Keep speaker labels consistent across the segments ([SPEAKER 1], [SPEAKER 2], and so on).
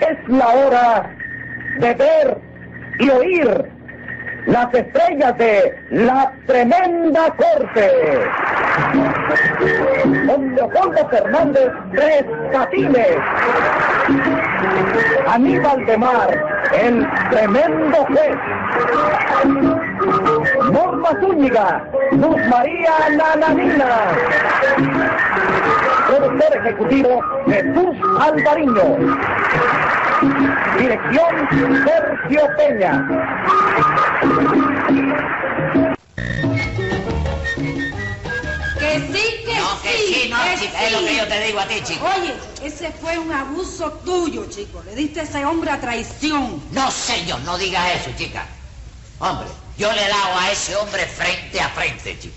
[SPEAKER 1] Es la hora de ver y oír las estrellas de la tremenda corte. Don Leopoldo Fernández Tres Catines. Aníbal de Mar, el tremendo juez. Norma Zúñiga, Luz María Nananina. Productor ejecutivo Jesús Alvariño. Dirección Sergio Peña.
[SPEAKER 2] Que sí, que
[SPEAKER 3] No,
[SPEAKER 2] sí.
[SPEAKER 3] que sí, no,
[SPEAKER 2] que
[SPEAKER 3] chica, es lo
[SPEAKER 2] sí.
[SPEAKER 3] que yo te digo a ti, chico.
[SPEAKER 2] Oye, ese fue un abuso tuyo, chico. Le diste a ese hombre a traición.
[SPEAKER 3] No, señor, no digas eso, chica. Hombre, yo le he dado a ese hombre frente a frente, chico.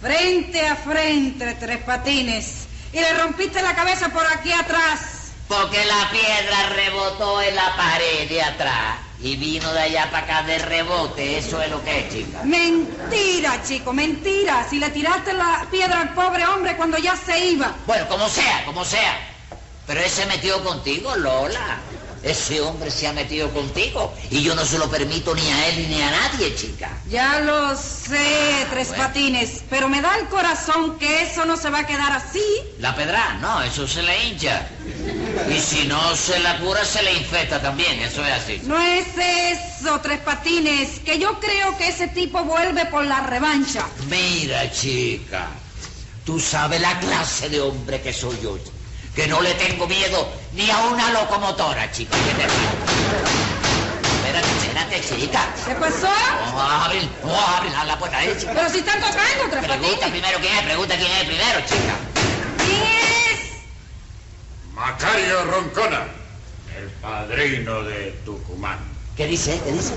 [SPEAKER 2] Frente a frente, tres patines. Y le rompiste la cabeza por aquí atrás.
[SPEAKER 3] Porque la piedra rebotó en la pared de atrás y vino de allá para acá de rebote. Eso es lo que es, chica.
[SPEAKER 2] Mentira, chico, mentira. Si le tiraste la piedra al pobre hombre cuando ya se iba.
[SPEAKER 3] Bueno, como sea, como sea. Pero él se metió contigo, Lola. Ese hombre se ha metido contigo. Y yo no se lo permito ni a él ni a nadie, chica.
[SPEAKER 2] Ya lo sé, tres
[SPEAKER 3] bueno.
[SPEAKER 2] patines. Pero me da el corazón que eso no se va a quedar así.
[SPEAKER 3] La pedra, no, eso se le hincha. Y si no se la cura, se le infecta también, eso es así.
[SPEAKER 2] No es eso, Tres Patines, que yo creo que ese tipo vuelve por la revancha.
[SPEAKER 3] Mira, chica, tú sabes la clase de hombre que soy yo, que no le tengo miedo ni a una locomotora, chica. ¿qué te digo? Espérate, espérate, chica.
[SPEAKER 2] ¿Qué pasó?
[SPEAKER 3] Vamos a abrir, vamos a abrir la puerta, eh, chica.
[SPEAKER 2] Pero si están tocando, Tres
[SPEAKER 3] Pregunta
[SPEAKER 2] Patines.
[SPEAKER 3] primero quién es, pregunta quién es primero, chica.
[SPEAKER 2] ¿Quién es?
[SPEAKER 4] Macario Roncona, el padrino de Tucumán.
[SPEAKER 3] ¿Qué dice? ¿Qué dice?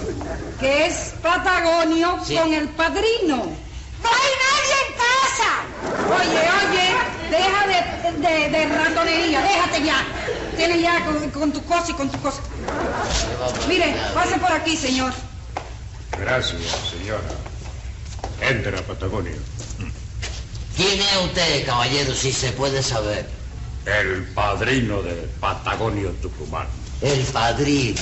[SPEAKER 2] Que es Patagonio
[SPEAKER 3] Sí.
[SPEAKER 2] con el padrino. ¡No hay nadie en casa! Oye, oye, deja de, de, de ratonería, déjate ya. Tiene ya con, con tu cosa y con tu cosa. Mire, pase por aquí, señor.
[SPEAKER 4] Gracias, señora. Entra, Patagonio.
[SPEAKER 3] ¿Quién es usted, caballero, si se puede saber?
[SPEAKER 4] El padrino de Patagonio Tucumán.
[SPEAKER 3] El padrino.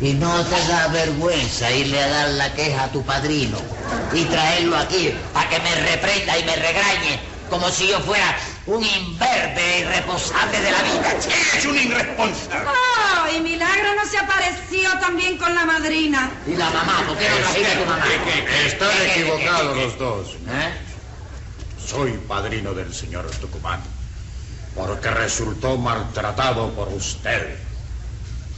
[SPEAKER 3] Y no te da vergüenza irle a dar la queja a tu padrino y traerlo aquí para que me reprenda y me regañe como si yo fuera un imberbe irresponsable de la vida.
[SPEAKER 4] ¡Es un irresponsable!
[SPEAKER 2] ¡Oh! Y Milagro no se apareció también con la madrina.
[SPEAKER 3] Y la mamá, ¿por qué no trajiste a tu mamá?
[SPEAKER 4] Están
[SPEAKER 3] ¿Qué, qué, qué,
[SPEAKER 4] equivocados
[SPEAKER 3] qué,
[SPEAKER 4] los dos.
[SPEAKER 3] ¿Eh?
[SPEAKER 4] Soy padrino del señor Tucumán, porque resultó maltratado por usted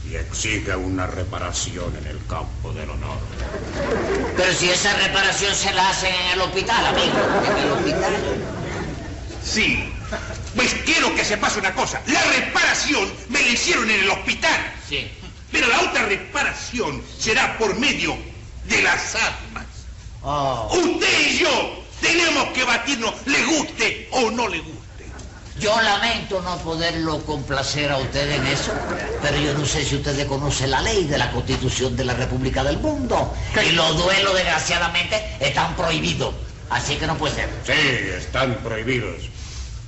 [SPEAKER 4] y exige una reparación en el campo del honor.
[SPEAKER 3] Pero si esa reparación se la hacen en el hospital, amigo, en el hospital.
[SPEAKER 5] Sí. Pues quiero que sepas una cosa. La reparación me la hicieron en el hospital.
[SPEAKER 3] Sí.
[SPEAKER 5] Pero la otra reparación será por medio de las armas.
[SPEAKER 3] Oh,
[SPEAKER 5] Usted y yo tenemos que batirnos, le guste o no le guste.
[SPEAKER 3] yo lamento no poderlo complacer a usted en eso, pero yo no sé si ustedes conocen la ley de la Constitución de la República del Mundo. Y los duelos, desgraciadamente, están prohibidos. Así que no puede ser.
[SPEAKER 4] Sí, están prohibidos,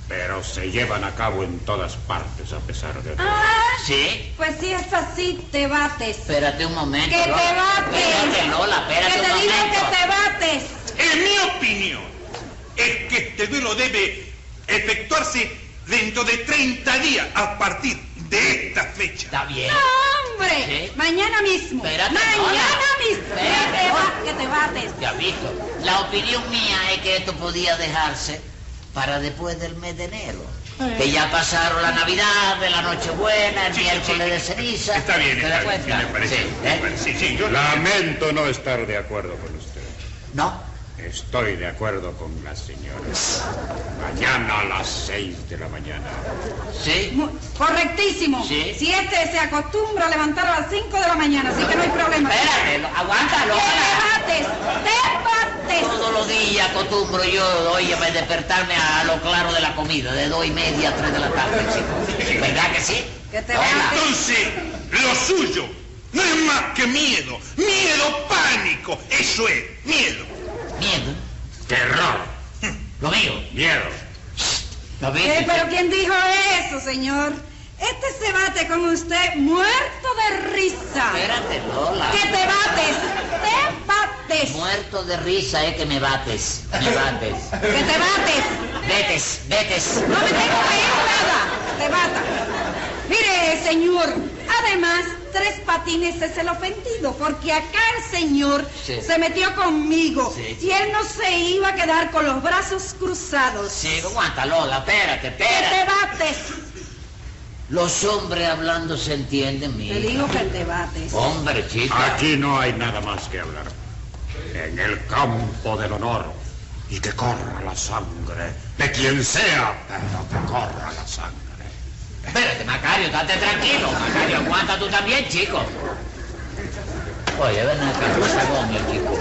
[SPEAKER 4] pero se llevan a cabo en todas partes a pesar de todo.
[SPEAKER 2] Ah,
[SPEAKER 3] ¿Sí?
[SPEAKER 2] pues si es así, te bates.
[SPEAKER 3] Espérate un momento.
[SPEAKER 2] ¡Que te
[SPEAKER 3] Lola.
[SPEAKER 2] bates!
[SPEAKER 3] Espérate, Lola, espérate
[SPEAKER 2] ¡Que
[SPEAKER 3] un
[SPEAKER 2] te digo
[SPEAKER 3] momento.
[SPEAKER 2] que te bates!
[SPEAKER 5] En mi opinión, es que este duelo debe efectuarse dentro de 30 días a partir de esta fecha.
[SPEAKER 3] Está bien.
[SPEAKER 2] ¡No, hombre!
[SPEAKER 3] Sí.
[SPEAKER 2] ¡Mañana mismo!
[SPEAKER 3] Espérate,
[SPEAKER 2] ¡Mañana
[SPEAKER 3] Lola.
[SPEAKER 2] mismo!
[SPEAKER 3] Espérate,
[SPEAKER 2] ¡Que te,
[SPEAKER 3] Lola.
[SPEAKER 2] ba- que te bates!
[SPEAKER 3] Ya visto. La opinión mía es que esto podía dejarse para después del mes de enero. Que ya pasaron la Navidad, de la Nochebuena, el
[SPEAKER 5] Sí, sí,
[SPEAKER 3] miércoles
[SPEAKER 5] sí.
[SPEAKER 3] de ceniza.
[SPEAKER 5] Está bien,
[SPEAKER 3] ¿Te
[SPEAKER 5] está
[SPEAKER 3] das
[SPEAKER 5] bien, sí,
[SPEAKER 3] cuenta?
[SPEAKER 5] me parece.
[SPEAKER 3] Sí,
[SPEAKER 5] me
[SPEAKER 3] ¿eh?
[SPEAKER 5] parece. Sí, sí, yo
[SPEAKER 4] Lamento no estar de acuerdo con usted.
[SPEAKER 3] No,
[SPEAKER 4] Estoy de acuerdo con la señora. Mañana a las seis de la mañana.
[SPEAKER 3] sí.
[SPEAKER 2] Mu- Correctísimo.
[SPEAKER 3] Sí.
[SPEAKER 2] Si este se acostumbra a levantar a las 5 de la mañana, así que no hay problema.
[SPEAKER 3] Espérate, lo- aguántalo.
[SPEAKER 2] ¡Que
[SPEAKER 3] Lola.
[SPEAKER 2] te bates! ¡Te bates!
[SPEAKER 3] Todos los días acostumbro yo, óyeme, despertarme a lo claro de la comida, de dos y media a tres de la tarde, chico. ¿Verdad que sí?
[SPEAKER 2] Que te
[SPEAKER 3] Lola.
[SPEAKER 2] bates.
[SPEAKER 5] Entonces, lo suyo no es más que miedo. Miedo, pánico. Eso es, miedo.
[SPEAKER 3] Miedo.
[SPEAKER 4] Terror,
[SPEAKER 3] Lo mío.
[SPEAKER 4] miedo.
[SPEAKER 3] ¿Lo
[SPEAKER 2] ¿Qué?
[SPEAKER 3] viste?
[SPEAKER 2] Eh, ¿Pero quién dijo eso, señor? Este se bate con usted muerto de risa.
[SPEAKER 3] Espérate, Lola.
[SPEAKER 2] Que te bates, te bates,
[SPEAKER 3] Muerto de risa, eh, que me bates. Me bates.
[SPEAKER 2] que te bates.
[SPEAKER 3] Vetes, vetes.
[SPEAKER 2] No me tengo que ir nada, te bata. Mire, señor, además, tres patines es el ofendido, porque acá el señor
[SPEAKER 3] Sí.
[SPEAKER 2] se metió conmigo
[SPEAKER 3] Sí.
[SPEAKER 2] y él no se iba a quedar con los brazos cruzados.
[SPEAKER 3] Sí, aguanta, Lola, espérate,
[SPEAKER 2] Que te
[SPEAKER 3] espérate.
[SPEAKER 2] bates.
[SPEAKER 3] Los hombres hablando se entienden,
[SPEAKER 2] Te
[SPEAKER 3] mi.
[SPEAKER 2] digo que te bates.
[SPEAKER 3] Hombre, chica.
[SPEAKER 4] Aquí no hay nada más que hablar. En el campo del honor. Y que corra la sangre. De quien sea, pero que corra la sangre.
[SPEAKER 3] Espérate, Macario, estate tranquilo. Macario, aguanta tú también, chico. Oye, ven acá, Rosa Gómez, chico.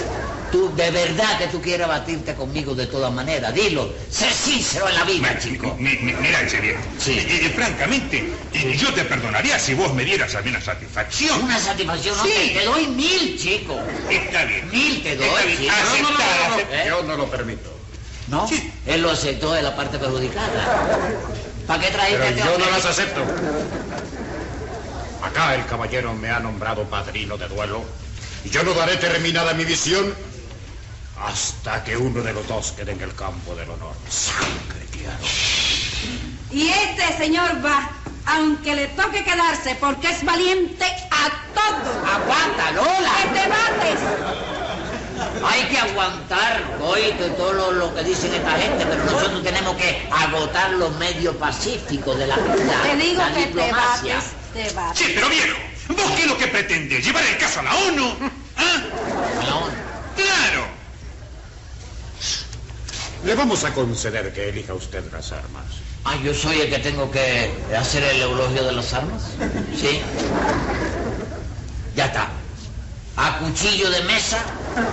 [SPEAKER 3] Tú, de verdad que tú quieres batirte conmigo de todas maneras. Dilo, sé sincero en la vida, chico.
[SPEAKER 5] Mi- mi- mira, Echevier,
[SPEAKER 3] Sí.
[SPEAKER 5] eh, eh, francamente, eh, yo te perdonaría si vos me dieras alguna satisfacción.
[SPEAKER 3] Una satisfacción, no
[SPEAKER 5] Sí.
[SPEAKER 3] te, te doy mil, chico.
[SPEAKER 5] Está bien.
[SPEAKER 3] Mil te doy,
[SPEAKER 5] Está bien,
[SPEAKER 3] chico. No,
[SPEAKER 5] aceptada,
[SPEAKER 3] no, no, no, no.
[SPEAKER 5] aceptada.
[SPEAKER 3] ¿Eh?
[SPEAKER 4] Yo no lo permito.
[SPEAKER 3] ¿No?
[SPEAKER 5] Sí.
[SPEAKER 3] Él lo aceptó de la parte perjudicada. ¿Para qué trajiste
[SPEAKER 4] Pero
[SPEAKER 3] a este
[SPEAKER 4] yo no
[SPEAKER 3] hombre?
[SPEAKER 4] las acepto. Acá el caballero me ha nombrado padrino de duelo. Y yo no daré terminada mi visión hasta que uno de los dos quede en el campo del honor. Sangre, claro.
[SPEAKER 2] Y este señor va, aunque le toque quedarse, porque es valiente a todo.
[SPEAKER 3] Aguanta,
[SPEAKER 2] ¡Que
[SPEAKER 3] Lola.
[SPEAKER 2] te bates!
[SPEAKER 3] Hay que aguantar, oíste, todo lo, lo que dicen esta gente, pero nosotros tenemos que agotar los medios pacíficos de la vida.
[SPEAKER 2] Te digo
[SPEAKER 3] la
[SPEAKER 2] que te
[SPEAKER 3] diplomacia.
[SPEAKER 2] bates, te bates.
[SPEAKER 5] Sí, pero viejo, ¿vos qué es lo que pretendes? ¿Llevar el caso a la ONU? ¿Ah?
[SPEAKER 3] No,
[SPEAKER 5] ¡Claro!
[SPEAKER 4] Le vamos a conceder que elija usted las armas.
[SPEAKER 3] Ah, yo soy el que tengo que hacer el eulogio de las armas. Sí. Ya está. A cuchillo de mesa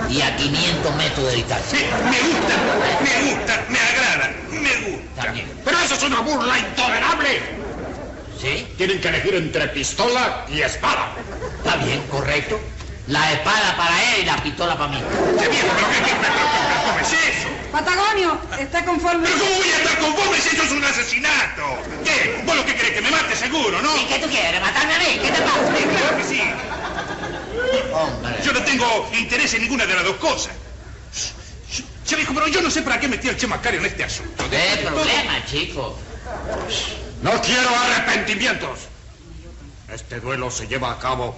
[SPEAKER 3] y a 500 metros de distancia.
[SPEAKER 5] Me, me gusta, me gusta, me agrada, me gusta.
[SPEAKER 3] También.
[SPEAKER 4] Pero eso es una burla intolerable.
[SPEAKER 3] ¿Sí?
[SPEAKER 4] Tienen que elegir entre pistola y espada.
[SPEAKER 3] Está bien, correcto. La espada para él y la pistola para mí.
[SPEAKER 5] Che, viejo, pero qué, qué- pero- pero- pero ¿cómo es eso?
[SPEAKER 2] Patagonio, ¿está conforme?
[SPEAKER 5] ¿Pero cómo voy a estar conforme si eso es un asesinato? ¿Qué? ¿Vos lo que crees que me mate seguro, no?
[SPEAKER 3] ¿Y qué tú quieres? ¿Matarme a mí? ¿Qué te pasa?
[SPEAKER 5] Sí, claro que sí.
[SPEAKER 3] Hombre.
[SPEAKER 5] Yo no tengo interés en ninguna de las dos cosas. Che, viejo, pero yo no sé para qué metí al Che Macario en este asunto.
[SPEAKER 3] ¿Qué problema, chico?
[SPEAKER 4] No quiero arrepentimientos. Este duelo se lleva a cabo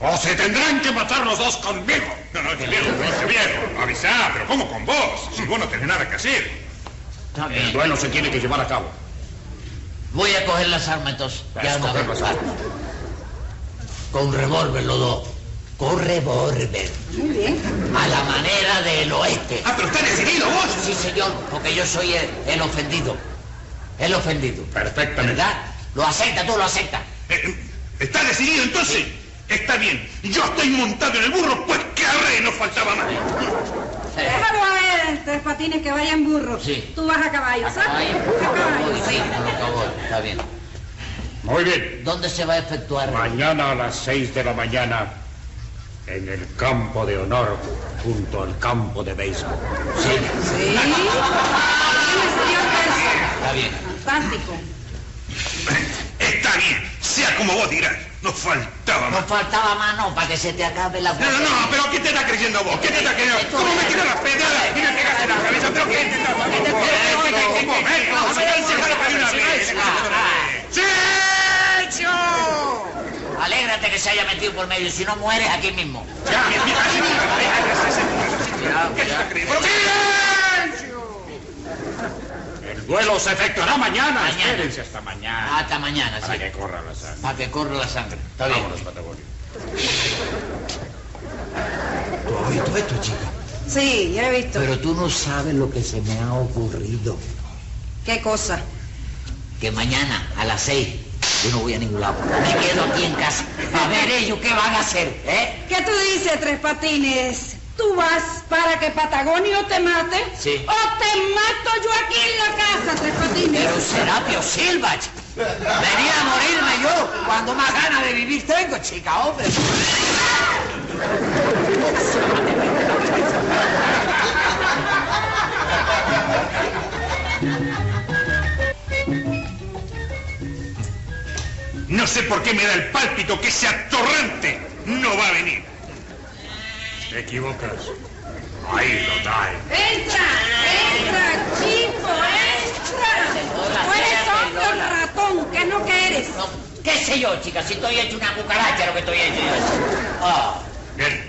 [SPEAKER 4] o se tendrán que matar los dos conmigo.
[SPEAKER 5] No, no, che viejo, che viejo, avisá, pero ¿cómo con vos? Si vos no tenés nada que hacer.
[SPEAKER 3] Está
[SPEAKER 4] El
[SPEAKER 3] bien.
[SPEAKER 4] duelo se tiene que llevar a cabo.
[SPEAKER 3] Voy a coger las armas entonces.
[SPEAKER 4] Vas
[SPEAKER 3] Ya
[SPEAKER 4] a
[SPEAKER 3] una
[SPEAKER 4] coger
[SPEAKER 3] vez.
[SPEAKER 4] las armas.
[SPEAKER 3] Con revólver los dos. Con revólver.
[SPEAKER 2] Muy bien.
[SPEAKER 3] A la manera del oeste.
[SPEAKER 5] Ah, pero está decidido vos.
[SPEAKER 3] Sí, señor, porque yo soy el, el ofendido. El ofendido.
[SPEAKER 4] Perfectamente.
[SPEAKER 3] ¿Verdad? Lo acepta, tú lo aceptas.
[SPEAKER 5] Eh, ¿Está decidido entonces? Está bien. Yo estoy montado en el burro, pues que arre, no faltaba más.
[SPEAKER 2] Déjalo a él, tres patines, que vaya en burro.
[SPEAKER 3] Sí.
[SPEAKER 2] Tú vas a caballo, ¿sabes?
[SPEAKER 3] Acá hay-
[SPEAKER 2] A caballo.
[SPEAKER 3] Voy, sí, con los caballos, Está bien.
[SPEAKER 4] Muy bien.
[SPEAKER 3] ¿Dónde se va a efectuar?
[SPEAKER 4] Mañana a las seis de la mañana, en el campo de honor, junto al campo de béisbol.
[SPEAKER 3] Sí,
[SPEAKER 2] Sí. Bien, señor Carson.
[SPEAKER 3] está bien.
[SPEAKER 2] Fantástico.
[SPEAKER 5] Está bien. Sea como vos dirás. No faltaba
[SPEAKER 3] No
[SPEAKER 5] más.
[SPEAKER 3] faltaba mano para que se te acabe la
[SPEAKER 5] No, no, no, pero ¿qué te está creyendo vos? ¿Qué te está creyendo? ¿Cómo me tiras las pedradas? Mira, pegaste la cabeza, pero ¿qué te está creyendo vos? Eh, ¿Cómo? Ven, vamos a ver si es para una vez.
[SPEAKER 3] ¡Silencio! Alégrate que se haya metido por medio, si no mueres aquí mismo.
[SPEAKER 5] Ya, mi- mi- así nunca, déjate hacer ese
[SPEAKER 3] Cuidado,
[SPEAKER 5] ¿Qué te está
[SPEAKER 3] cuidado.
[SPEAKER 5] creyendo? ¡Pero silencio!
[SPEAKER 4] El duelo se efectuará mañana.
[SPEAKER 3] Mañana.
[SPEAKER 4] Espérense hasta mañana.
[SPEAKER 3] Hasta mañana,
[SPEAKER 4] Para
[SPEAKER 3] sí.
[SPEAKER 4] que corra la sangre.
[SPEAKER 3] Para que corra la sangre. Está bien.
[SPEAKER 4] Vámonos, Patagonio.
[SPEAKER 3] Tú has visto esto, chica.
[SPEAKER 2] Sí, ya he visto.
[SPEAKER 3] Pero tú no sabes lo que se me ha ocurrido.
[SPEAKER 2] ¿Qué cosa?
[SPEAKER 3] Que mañana a las seis yo no voy a ningún lado. Me quedo aquí en casa. A ver ellos qué van a hacer, ¿eh?
[SPEAKER 2] ¿Qué tú dices, Tres Patines? ¿Tú vas para que Patagonio te mate?
[SPEAKER 3] Sí.
[SPEAKER 2] ¿O te mato yo aquí en la casa, Tres Patines?
[SPEAKER 3] Pero Serapio Silva, chica. venía a morirme yo cuando más ganas de vivir tengo, chica, hombre.
[SPEAKER 5] No sé por qué me da el pálpito que ese atorrante no va a venir.
[SPEAKER 4] Te equivocas. Ahí lo trae.
[SPEAKER 2] ¡Entra! ¡Entra, chico! ¡Entra! Tú eres otro ratón, que no que eres.
[SPEAKER 3] No, ¿Qué sé yo, chica? Si estoy hecho una cucaracha lo que estoy hecho yo. Ah,
[SPEAKER 4] Bien.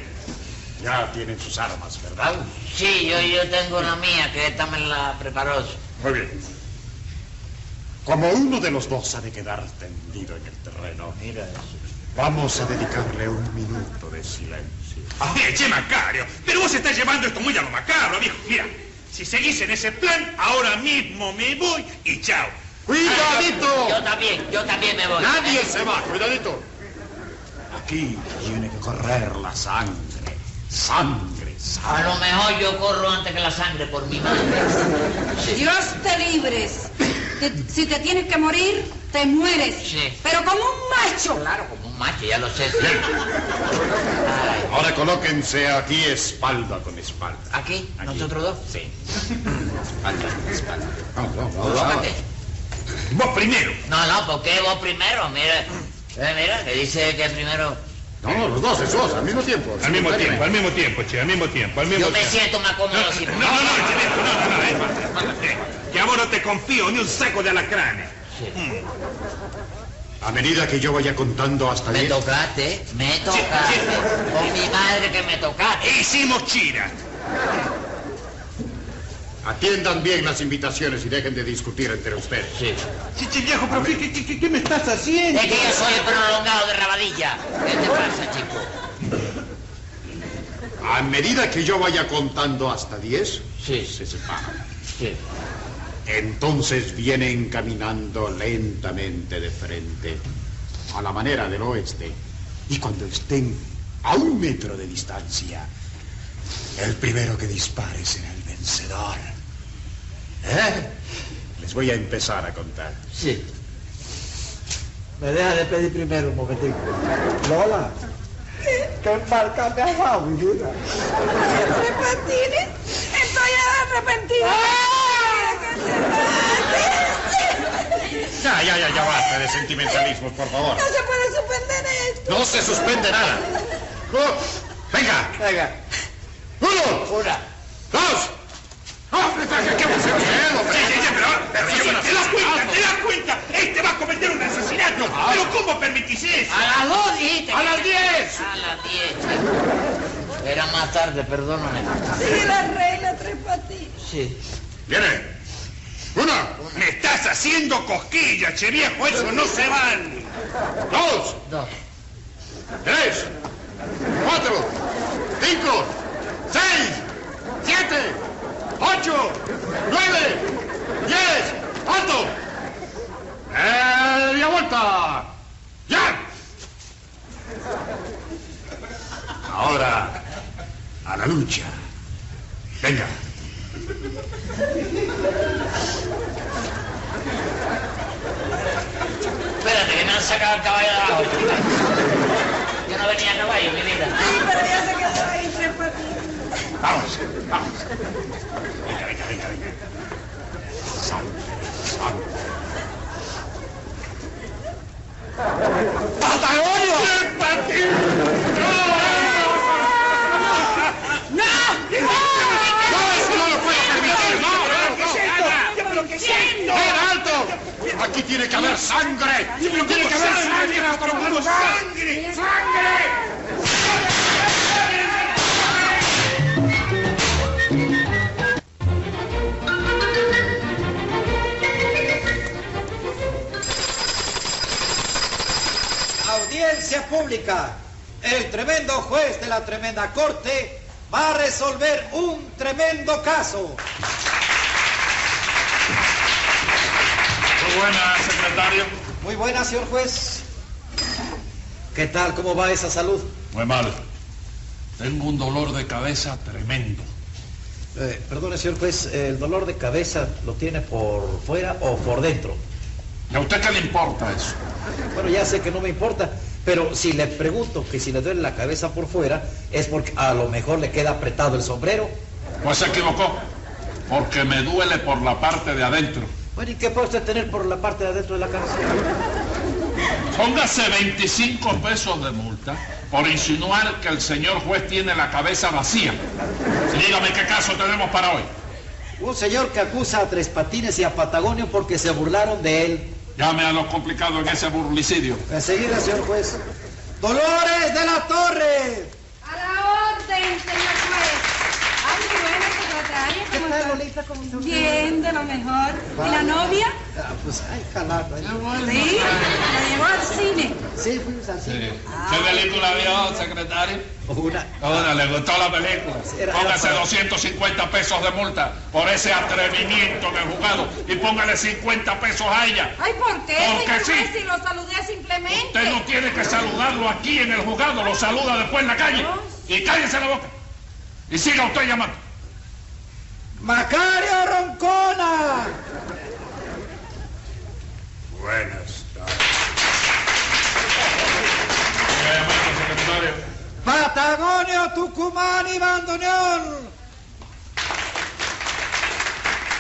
[SPEAKER 4] Ya tienen sus armas, ¿verdad?
[SPEAKER 3] sí, yo, yo tengo la mía, que esta me la preparó.
[SPEAKER 4] Muy bien. Como uno de los dos ha de quedar tendido en el terreno,
[SPEAKER 3] Mira eso.
[SPEAKER 4] vamos a dedicarle un minuto de silencio.
[SPEAKER 5] Mira, che Macario, pero vos estás llevando esto muy a lo macabro, viejo. Mira, si seguís en ese plan, ahora mismo me voy y chao. Ah,
[SPEAKER 3] Yo también, yo también me voy.
[SPEAKER 4] Nadie se va, cuidadito. Aquí tiene que correr la sangre. Sangre, sangre.
[SPEAKER 3] A lo mejor yo corro antes que la sangre por mi madre.
[SPEAKER 2] Dios te libres. Te- si te tienes que morir, te mueres.
[SPEAKER 3] Sí.
[SPEAKER 2] Pero como un macho.
[SPEAKER 3] Claro, como un macho, ya lo sé.
[SPEAKER 4] Bien.
[SPEAKER 3] Ay,
[SPEAKER 4] Ahora colóquense aquí espalda con espalda.
[SPEAKER 3] ¿Aquí? ¿Nosotros dos? Sí.
[SPEAKER 4] Espalda con espalda.
[SPEAKER 3] Colócate.
[SPEAKER 5] Vos primero.
[SPEAKER 3] No, no, ¿por qué vos primero? Mira, eh, mira, que dice que primero...
[SPEAKER 4] No, no, los dos, esos, al mismo tiempo.
[SPEAKER 5] Al mismo tiempo, al mismo tiempo, che, al mismo tiempo, al mismo
[SPEAKER 3] Yo me
[SPEAKER 5] tiempo.
[SPEAKER 3] siento más
[SPEAKER 5] No, no,
[SPEAKER 3] cómodo
[SPEAKER 5] no,
[SPEAKER 3] si...
[SPEAKER 5] no, che, viejo, no, no, no, eh, Marta, eh, que a vos no te confío ni un saco de alacranes.
[SPEAKER 4] A medida que yo vaya contando hasta
[SPEAKER 3] Me
[SPEAKER 4] 10,
[SPEAKER 3] tocaste, ¿eh? me
[SPEAKER 5] Sí,
[SPEAKER 3] tocaste.
[SPEAKER 5] sí.
[SPEAKER 3] Con mi madre que me tocaste.
[SPEAKER 5] E Hicimos chira.
[SPEAKER 4] atiendan bien las invitaciones y dejen de discutir entre ustedes.
[SPEAKER 3] Sí.
[SPEAKER 5] Che, che, viejo, pero ¿qué, qué- qué- qué me estás haciendo?
[SPEAKER 3] Es que yo soy el prolongado de Rabadilla. ¿Qué te pasa, chico?
[SPEAKER 4] A medida que yo vaya contando hasta 10,
[SPEAKER 3] Sí,
[SPEAKER 4] se separan.
[SPEAKER 3] sí.
[SPEAKER 4] Entonces vienen caminando lentamente de frente, a la manera del oeste. Y cuando estén a un metro de distancia, el primero que dispare será el vencedor. ¿Eh? Les voy a empezar a contar.
[SPEAKER 6] Sí. Me deja de pedir primero un momentico. Lola, ¿qué marca me has dado, mi vida?
[SPEAKER 2] Arrepentines. Estoy arrepentida.
[SPEAKER 4] Ya, ya, ya, ya basta de sentimentalismos, por favor.
[SPEAKER 2] No se puede suspender esto.
[SPEAKER 4] No se suspende nada. Oh, venga,
[SPEAKER 6] Venga,
[SPEAKER 4] uno,
[SPEAKER 6] una.
[SPEAKER 4] dos. ¡Ah, qué emoción! Bien, hombre.
[SPEAKER 5] Sí, sí, sí, Eh, pero, pero ¿Te das cuenta? Ah. ¿Te das cuenta? Este va a cometer un asesinato. ¿Pero cómo permitís eso?
[SPEAKER 3] A las dos dijiste.
[SPEAKER 5] ¡A las 10!
[SPEAKER 3] A las diez, chico. Era más tarde, perdóname.
[SPEAKER 2] Sigue la regla, tres patines.
[SPEAKER 6] Sí.
[SPEAKER 4] Viene. Una,
[SPEAKER 5] Me estás haciendo cosquillas, che viejo, eso no se vale.
[SPEAKER 4] dos,
[SPEAKER 3] Dos.
[SPEAKER 4] tres, cuatro, cinco, seis, siete, ocho, nueve, diez, alto. Media vuelta. Ya. Ahora, a la lucha. Venga.
[SPEAKER 3] Espérate, que me han sacado el caballo de abajo, chica. Yo no venía a caballo, mi vida.
[SPEAKER 2] Ay, pero ya se quedó ahí, tres patines.
[SPEAKER 4] Vamos, vamos. Venga, venga, venga, venga. Sangre, sangre.
[SPEAKER 5] ¡Patagonio! ¡Patín!
[SPEAKER 2] ¡No!
[SPEAKER 4] ¡No, eso no lo puedo permitir! ¡No, no, no! ¡Ven, alto! ¡Aquí tiene que haber sangre! ¡Tiene que haber sangre!
[SPEAKER 5] ¡Sangre! ¡Sangre! ¡Sangre!
[SPEAKER 6] Audiencia pública. El tremendo juez de la tremenda corte va a resolver un tremendo caso.
[SPEAKER 5] Muy buena, secretario.
[SPEAKER 6] Muy buena, señor juez. ¿Qué tal? ¿Cómo va esa salud?
[SPEAKER 5] Muy mal. Tengo un dolor de cabeza tremendo.
[SPEAKER 6] Eh, perdone, señor juez, ¿el dolor de cabeza lo tiene por fuera o por dentro?
[SPEAKER 5] ¿Y a usted qué le importa eso?
[SPEAKER 6] Bueno, ya sé que no me importa, pero si le pregunto que si le duele la cabeza por fuera, es porque a lo mejor le queda apretado el sombrero.
[SPEAKER 5] Pues se equivocó. Porque me duele por la parte de adentro.
[SPEAKER 6] Bueno, ¿y qué puede usted tener por la parte de adentro de la cabeza?
[SPEAKER 7] Póngase 25 pesos de multa por insinuar que el señor juez tiene la cabeza vacía. Dígame qué caso tenemos para hoy.
[SPEAKER 6] Un señor que acusa a Tres Patines y a Patagonio porque se burlaron de él.
[SPEAKER 7] Llame a los complicados en ese burlicidio.
[SPEAKER 6] Enseguida, señor juez. Dolores de la Torre.
[SPEAKER 2] A la orden, señor juez. Ay, qué buena secretaria.
[SPEAKER 6] ¿Qué
[SPEAKER 2] ¿cómo
[SPEAKER 6] tal,
[SPEAKER 2] está?
[SPEAKER 6] Lolita? ¿Cómo está?
[SPEAKER 2] Bien, de lo mejor. ¿Y la
[SPEAKER 6] Vale.
[SPEAKER 2] novia?
[SPEAKER 6] Ah, pues, ay, calaca.
[SPEAKER 2] Sí, la llevó al cine.
[SPEAKER 6] Sí, fuimos al cine.
[SPEAKER 7] ¿Qué película vio, secretario?
[SPEAKER 6] Una.
[SPEAKER 7] Ahora le gustó la película.
[SPEAKER 6] Era-
[SPEAKER 7] Póngase
[SPEAKER 6] era para-
[SPEAKER 7] 250 pesos de multa por ese atrevimiento del juzgado y póngale 50 pesos a ella.
[SPEAKER 2] Ay, ¿por qué,
[SPEAKER 7] Porque
[SPEAKER 2] señor juez?
[SPEAKER 7] sí.
[SPEAKER 2] Si lo saludé simplemente.
[SPEAKER 7] Usted no tiene que saludarlo aquí en el juzgado, lo saluda después en la calle. Y cállese la boca. Y siga usted llamando.
[SPEAKER 6] Macario Roncona.
[SPEAKER 4] Buenas tardes.
[SPEAKER 7] Siga llamando, secretario.
[SPEAKER 6] Patagonio, Tucumán y Bandoneón.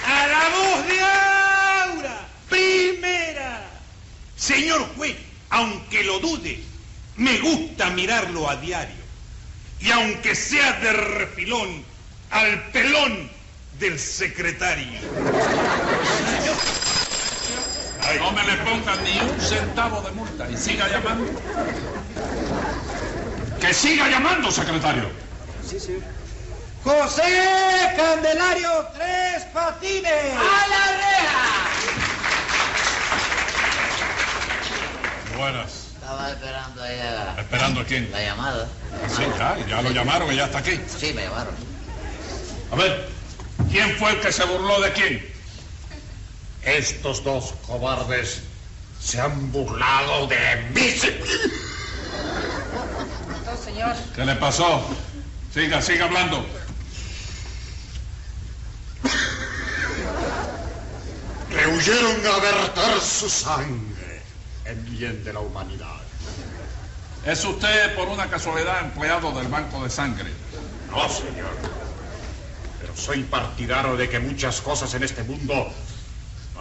[SPEAKER 5] A la voz de Aura, primera. Señor juez, aunque lo dude, me gusta mirarlo a diario. Y aunque sea de refilón, al pelón del secretario.
[SPEAKER 7] No me le pongan ni un centavo de multa y siga llamando. Que siga llamando, secretario.
[SPEAKER 6] José Candelario Tres Patines.
[SPEAKER 2] la reja!
[SPEAKER 7] Buenas.
[SPEAKER 3] Estaba esperando ahí a-
[SPEAKER 7] Esperando a quién.
[SPEAKER 3] la llamada.
[SPEAKER 7] Sí, ya, ya lo llamaron y ya está aquí.
[SPEAKER 3] Sí, me llamaron.
[SPEAKER 7] A ver, ¿quién fue el que se burló de quién?
[SPEAKER 4] Estos dos cobardes se han burlado de mí.
[SPEAKER 2] No, señor.
[SPEAKER 7] ¿Qué le pasó? Siga, siga hablando.
[SPEAKER 4] Rehuyeron a verter su sangre en bien de la humanidad.
[SPEAKER 7] ¿Es usted por una casualidad empleado del Banco de Sangre?
[SPEAKER 4] No, señor. Pero soy partidario de que muchas cosas en este mundo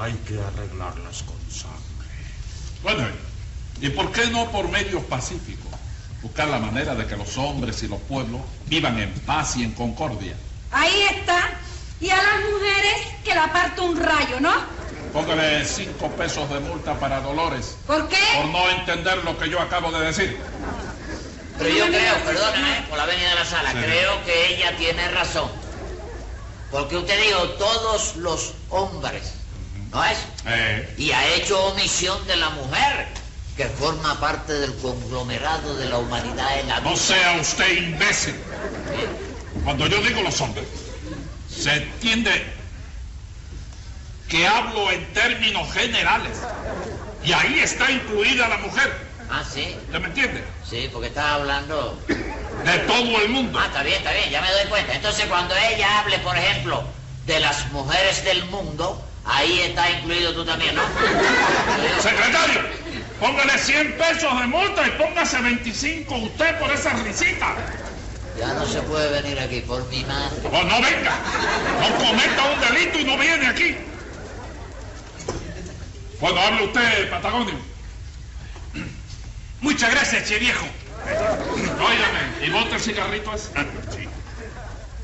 [SPEAKER 4] hay que arreglarlas con sangre.
[SPEAKER 7] Bueno, ¿y por qué no por medios pacíficos? Buscar la manera de que los hombres y los pueblos vivan en paz y en concordia.
[SPEAKER 2] Ahí está. Y a las mujeres que la parto un rayo, ¿no?
[SPEAKER 7] Póngale cinco pesos de multa para Dolores
[SPEAKER 2] ¿Por qué?
[SPEAKER 7] por no entender lo que yo acabo de decir.
[SPEAKER 3] Pero yo creo, perdona, ¿eh? por la venida de la sala,
[SPEAKER 7] Sí.
[SPEAKER 3] creo que ella tiene razón. Porque usted dijo todos los hombres, ¿no es?
[SPEAKER 7] Eh,
[SPEAKER 3] Y ha hecho omisión de la mujer, que forma parte del conglomerado de la humanidad en la
[SPEAKER 7] no sea usted imbécil. Cuando yo digo los hombres, se entiende que hablo en términos generales. Y ahí está incluida la mujer.
[SPEAKER 3] Ah, sí,
[SPEAKER 7] ¿Usted me entiende?
[SPEAKER 3] sí, porque estaba hablando.
[SPEAKER 7] De todo el mundo.
[SPEAKER 3] Ah, está bien, está bien, ya me doy cuenta. Entonces, cuando ella hable, por ejemplo, de las mujeres del mundo, ahí está incluido tú también, ¿no?
[SPEAKER 7] Secretario, póngale 100 pesos de multa y póngase 25 usted por esa risita.
[SPEAKER 3] Ya no se puede venir aquí por mi madre.
[SPEAKER 7] O no venga. No cometa un delito y no viene aquí. Bueno, hable usted, Patagonio.
[SPEAKER 5] Muchas gracias, che viejo.
[SPEAKER 7] Óigame, y bote el cigarrito ese. Ah,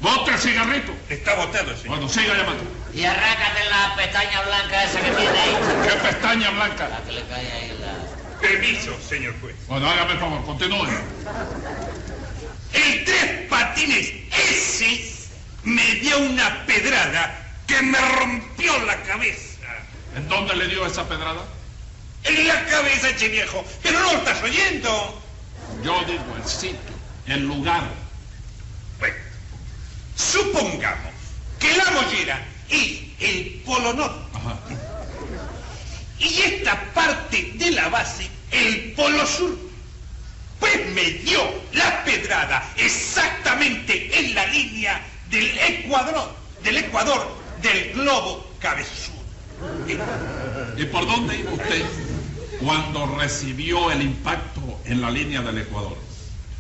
[SPEAKER 7] Bote el cigarrito.
[SPEAKER 5] Está votado, señor.
[SPEAKER 7] Bueno, siga llamando.
[SPEAKER 3] Y arrácate la pestaña blanca esa que tiene ahí.
[SPEAKER 7] Qué pestaña blanca.
[SPEAKER 3] La que le cae ahí la...
[SPEAKER 5] Permiso, señor juez.
[SPEAKER 7] Bueno, hágame el favor, continúe.
[SPEAKER 5] El tres patines ese me dio una pedrada que me rompió la cabeza.
[SPEAKER 7] ¿En dónde le dio esa pedrada?
[SPEAKER 5] En la cabeza, che viejo. Pero no lo estás oyendo.
[SPEAKER 7] Yo digo el sitio, el lugar.
[SPEAKER 5] Bueno, supongamos que la mollera es el polo norte
[SPEAKER 7] Ajá.
[SPEAKER 5] y esta parte de la base el polo sur. Pues me dio la pedrada exactamente en la línea del ecuador, del ecuador del globo cabezudo. Eh,
[SPEAKER 7] ¿Y por dónde iba usted cuando recibió el impacto en la línea del Ecuador?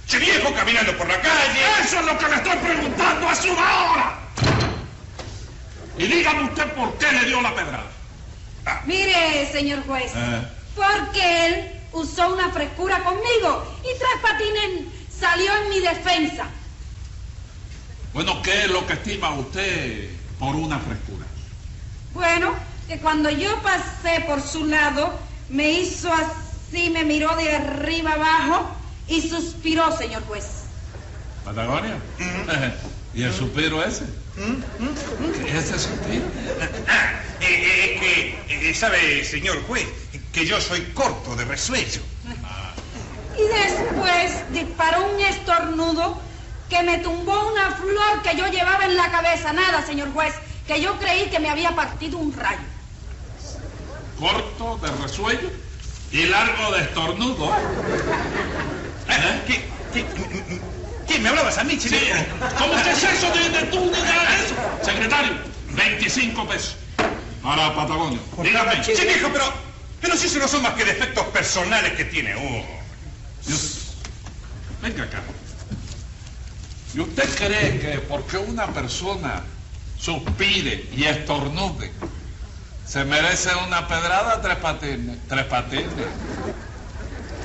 [SPEAKER 5] Che viejo caminando por la calle.
[SPEAKER 7] Eso es lo que le estoy preguntando hace una hora. Y dígame usted por qué le dio la pedrada.
[SPEAKER 2] Mire, señor juez.
[SPEAKER 7] Eh,
[SPEAKER 2] Porque él usó una frescura conmigo y Tres Patines salió en mi defensa.
[SPEAKER 7] Bueno, ¿qué es lo que estima usted por una frescura?
[SPEAKER 2] Bueno, que cuando yo pasé por su lado, me hizo así, me miró de arriba abajo y suspiró, señor juez.
[SPEAKER 7] ¿Patagonia? ¿Y el suspiro ese? ¿Qué es ese suspiro?
[SPEAKER 5] Ah, eh, eh, es que, eh, sabe, señor juez, que yo soy corto de resuello.
[SPEAKER 2] Y después disparó un estornudo que me tumbó una flor que yo llevaba en la cabeza. Nada, señor juez, que yo creí que me había partido un rayo.
[SPEAKER 7] Corto de resuello y largo de estornudo. ¿Eh?
[SPEAKER 5] Ah, ¿Qué, qué, qué, me hablabas a mí,
[SPEAKER 7] Sí,
[SPEAKER 5] chile?
[SPEAKER 7] ¿cómo que es eso de, de tú ni nada de eso? Secretario, 25 pesos para Patagonia. Dígame,
[SPEAKER 5] Sí, viejo, pero, pero si eso no son más que defectos personales que tiene uno.
[SPEAKER 7] Dios, venga acá. ¿Y usted cree que porque una persona suspire y estornude, se merece una pedrada tres patines? Tres patines.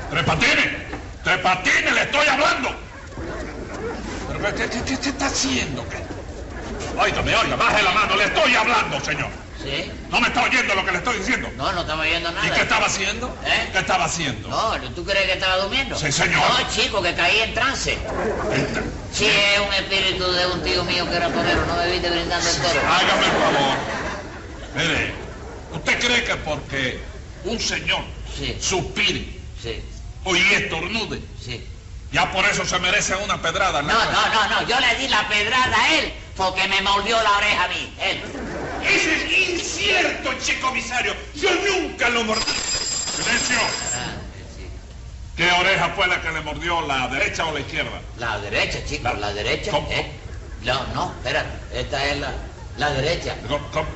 [SPEAKER 7] Tres patines. Tres patines, le estoy hablando. ¿Pero qué, qué- qué- qué está haciendo? ¿Qué? Óigame, oiga, baje la mano, le estoy hablando, señor.
[SPEAKER 3] ¿Sí?
[SPEAKER 7] No me está oyendo lo que le estoy diciendo.
[SPEAKER 3] No, no estaba oyendo nada.
[SPEAKER 7] ¿Y qué estaba haciendo?
[SPEAKER 3] ¿Eh?
[SPEAKER 7] ¿Qué estaba haciendo?
[SPEAKER 3] No, ¿tú crees que estaba durmiendo?
[SPEAKER 7] Sí, señor.
[SPEAKER 3] No, chico, que caí en trance. Sí, es un espíritu de un tío mío que era torero, no me viste brindando el toro.
[SPEAKER 7] Hágame el favor. Mire, ¿usted cree que porque un señor
[SPEAKER 3] Sí.
[SPEAKER 7] suspire
[SPEAKER 3] Sí,
[SPEAKER 7] o y estornude,
[SPEAKER 3] sí.
[SPEAKER 7] ya por eso se merece una pedrada? en la
[SPEAKER 3] No,
[SPEAKER 7] cara?
[SPEAKER 3] no, no, no, yo le di la pedrada a él porque me mordió la oreja a mí, él.
[SPEAKER 5] Eso es incierto, che comisario. Yo nunca lo mordí.
[SPEAKER 7] ¡Silencio!
[SPEAKER 3] Ah,
[SPEAKER 7] ¿Qué oreja fue la que le mordió, la derecha o la izquierda?
[SPEAKER 3] La derecha, chico, la, derecha.
[SPEAKER 7] ¿Cómo?
[SPEAKER 3] ¿eh? No, no, espérate, esta es la, la derecha.
[SPEAKER 7] ¿Cómo? cómo?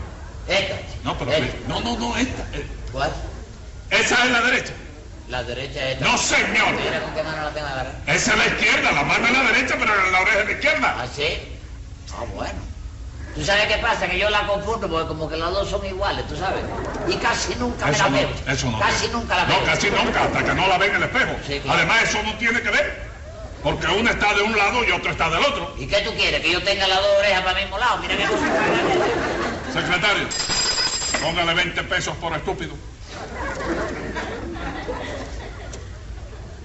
[SPEAKER 3] Esta.
[SPEAKER 7] No, pero...
[SPEAKER 3] esta.
[SPEAKER 7] No, no, no, esta. eh,
[SPEAKER 3] ¿Cuál?
[SPEAKER 7] Esa es la derecha.
[SPEAKER 3] La derecha esta.
[SPEAKER 7] No, señor.
[SPEAKER 3] Mira con qué mano la tengo agarrada.
[SPEAKER 7] Esa es la izquierda, la mano es la derecha, pero la oreja es la izquierda.
[SPEAKER 3] ¿Ah, sí? Ah, bueno. ¿Tú sabes qué pasa? Que yo la confundo porque como que las dos son iguales, ¿tú sabes? Y casi nunca me
[SPEAKER 7] Eso
[SPEAKER 3] la
[SPEAKER 7] no,
[SPEAKER 3] veo.
[SPEAKER 7] eso no.
[SPEAKER 3] Casi
[SPEAKER 7] tiene.
[SPEAKER 3] nunca la veo.
[SPEAKER 7] No, casi nunca, hasta que no la ve en el espejo.
[SPEAKER 3] Sí, claro.
[SPEAKER 7] Además, eso no tiene que ver, porque una está de un lado y otra está del otro.
[SPEAKER 3] ¿Y qué tú quieres? ¿Que yo tenga las dos orejas para el mismo lado? Mira qué cosa.
[SPEAKER 7] Secretario, póngale 20 pesos por estúpido.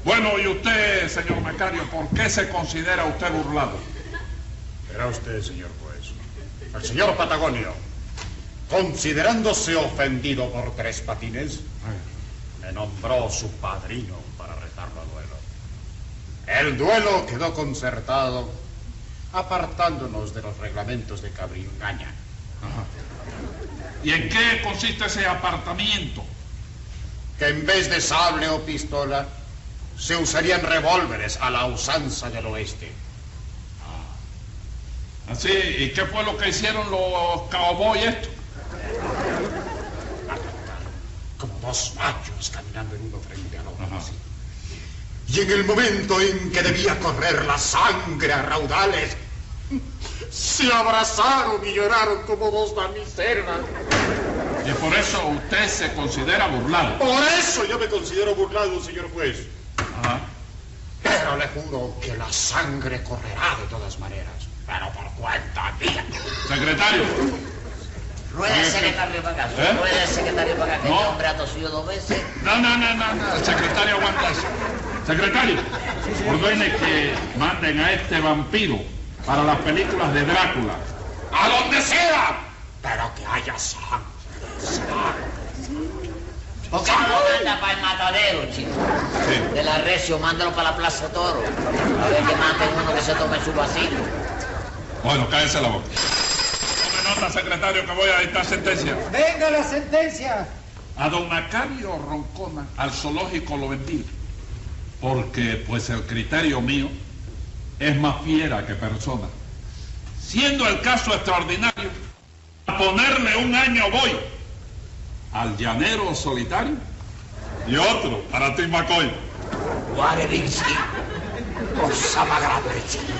[SPEAKER 7] Bueno, y usted, señor Macario, ¿por qué se considera usted burlado?
[SPEAKER 4] Verá usted, señor juez. El señor Patagonio, considerándose ofendido por tres patines, me nombró su padrino para retarlo a duelo. El duelo quedó concertado apartándonos de los reglamentos de Cabringaña.
[SPEAKER 7] ¿Y en qué consiste ese apartamiento?
[SPEAKER 4] que en vez de sable o pistola se usarían revólveres a la usanza del oeste.
[SPEAKER 7] Así, ¿y qué fue lo que hicieron los cowboys estos?
[SPEAKER 4] como dos machos caminando el uno frente al otro.
[SPEAKER 7] Ajá.
[SPEAKER 4] así. Y en el momento en que debía correr la sangre a raudales, se abrazaron y lloraron como dos damiselas.
[SPEAKER 7] Y por eso usted se considera burlado.
[SPEAKER 4] Por eso yo me considero burlado, señor juez.
[SPEAKER 7] Ajá.
[SPEAKER 4] Pero le juro que la sangre correrá de todas maneras. Pero por cuenta mía.
[SPEAKER 7] Secretario,
[SPEAKER 3] Rueda el secretario para acá.
[SPEAKER 7] ¿Eh?
[SPEAKER 3] Rueda el secretario para acá. Que
[SPEAKER 7] No.
[SPEAKER 3] este hombre ha tosido dos veces.
[SPEAKER 7] no, no, no, no, no, el secretario aguanta eso. Secretario, ordene que manden a este vampiro para las películas de Drácula.
[SPEAKER 4] ¡A donde sea! Pero que haya sangre.
[SPEAKER 3] ¿Por qué no lo manda para el matadero, chico?
[SPEAKER 7] Sí.
[SPEAKER 3] De la recio, mándalo para la Plaza Toro. A ver que maten uno que se tome su vacío.
[SPEAKER 7] Bueno, cállese la boca. Tome nota, secretario, que voy a dictar sentencia.
[SPEAKER 6] Venga la sentencia.
[SPEAKER 7] A don Macario Roncona al zoológico lo vendí. Porque, pues, el criterio mío es más fiera que persona. Siendo el caso extraordinario, a ponerle un año voy al llanero solitario y otro para ti, Macoy.
[SPEAKER 3] Guare Vinci, cosa más grande, chico.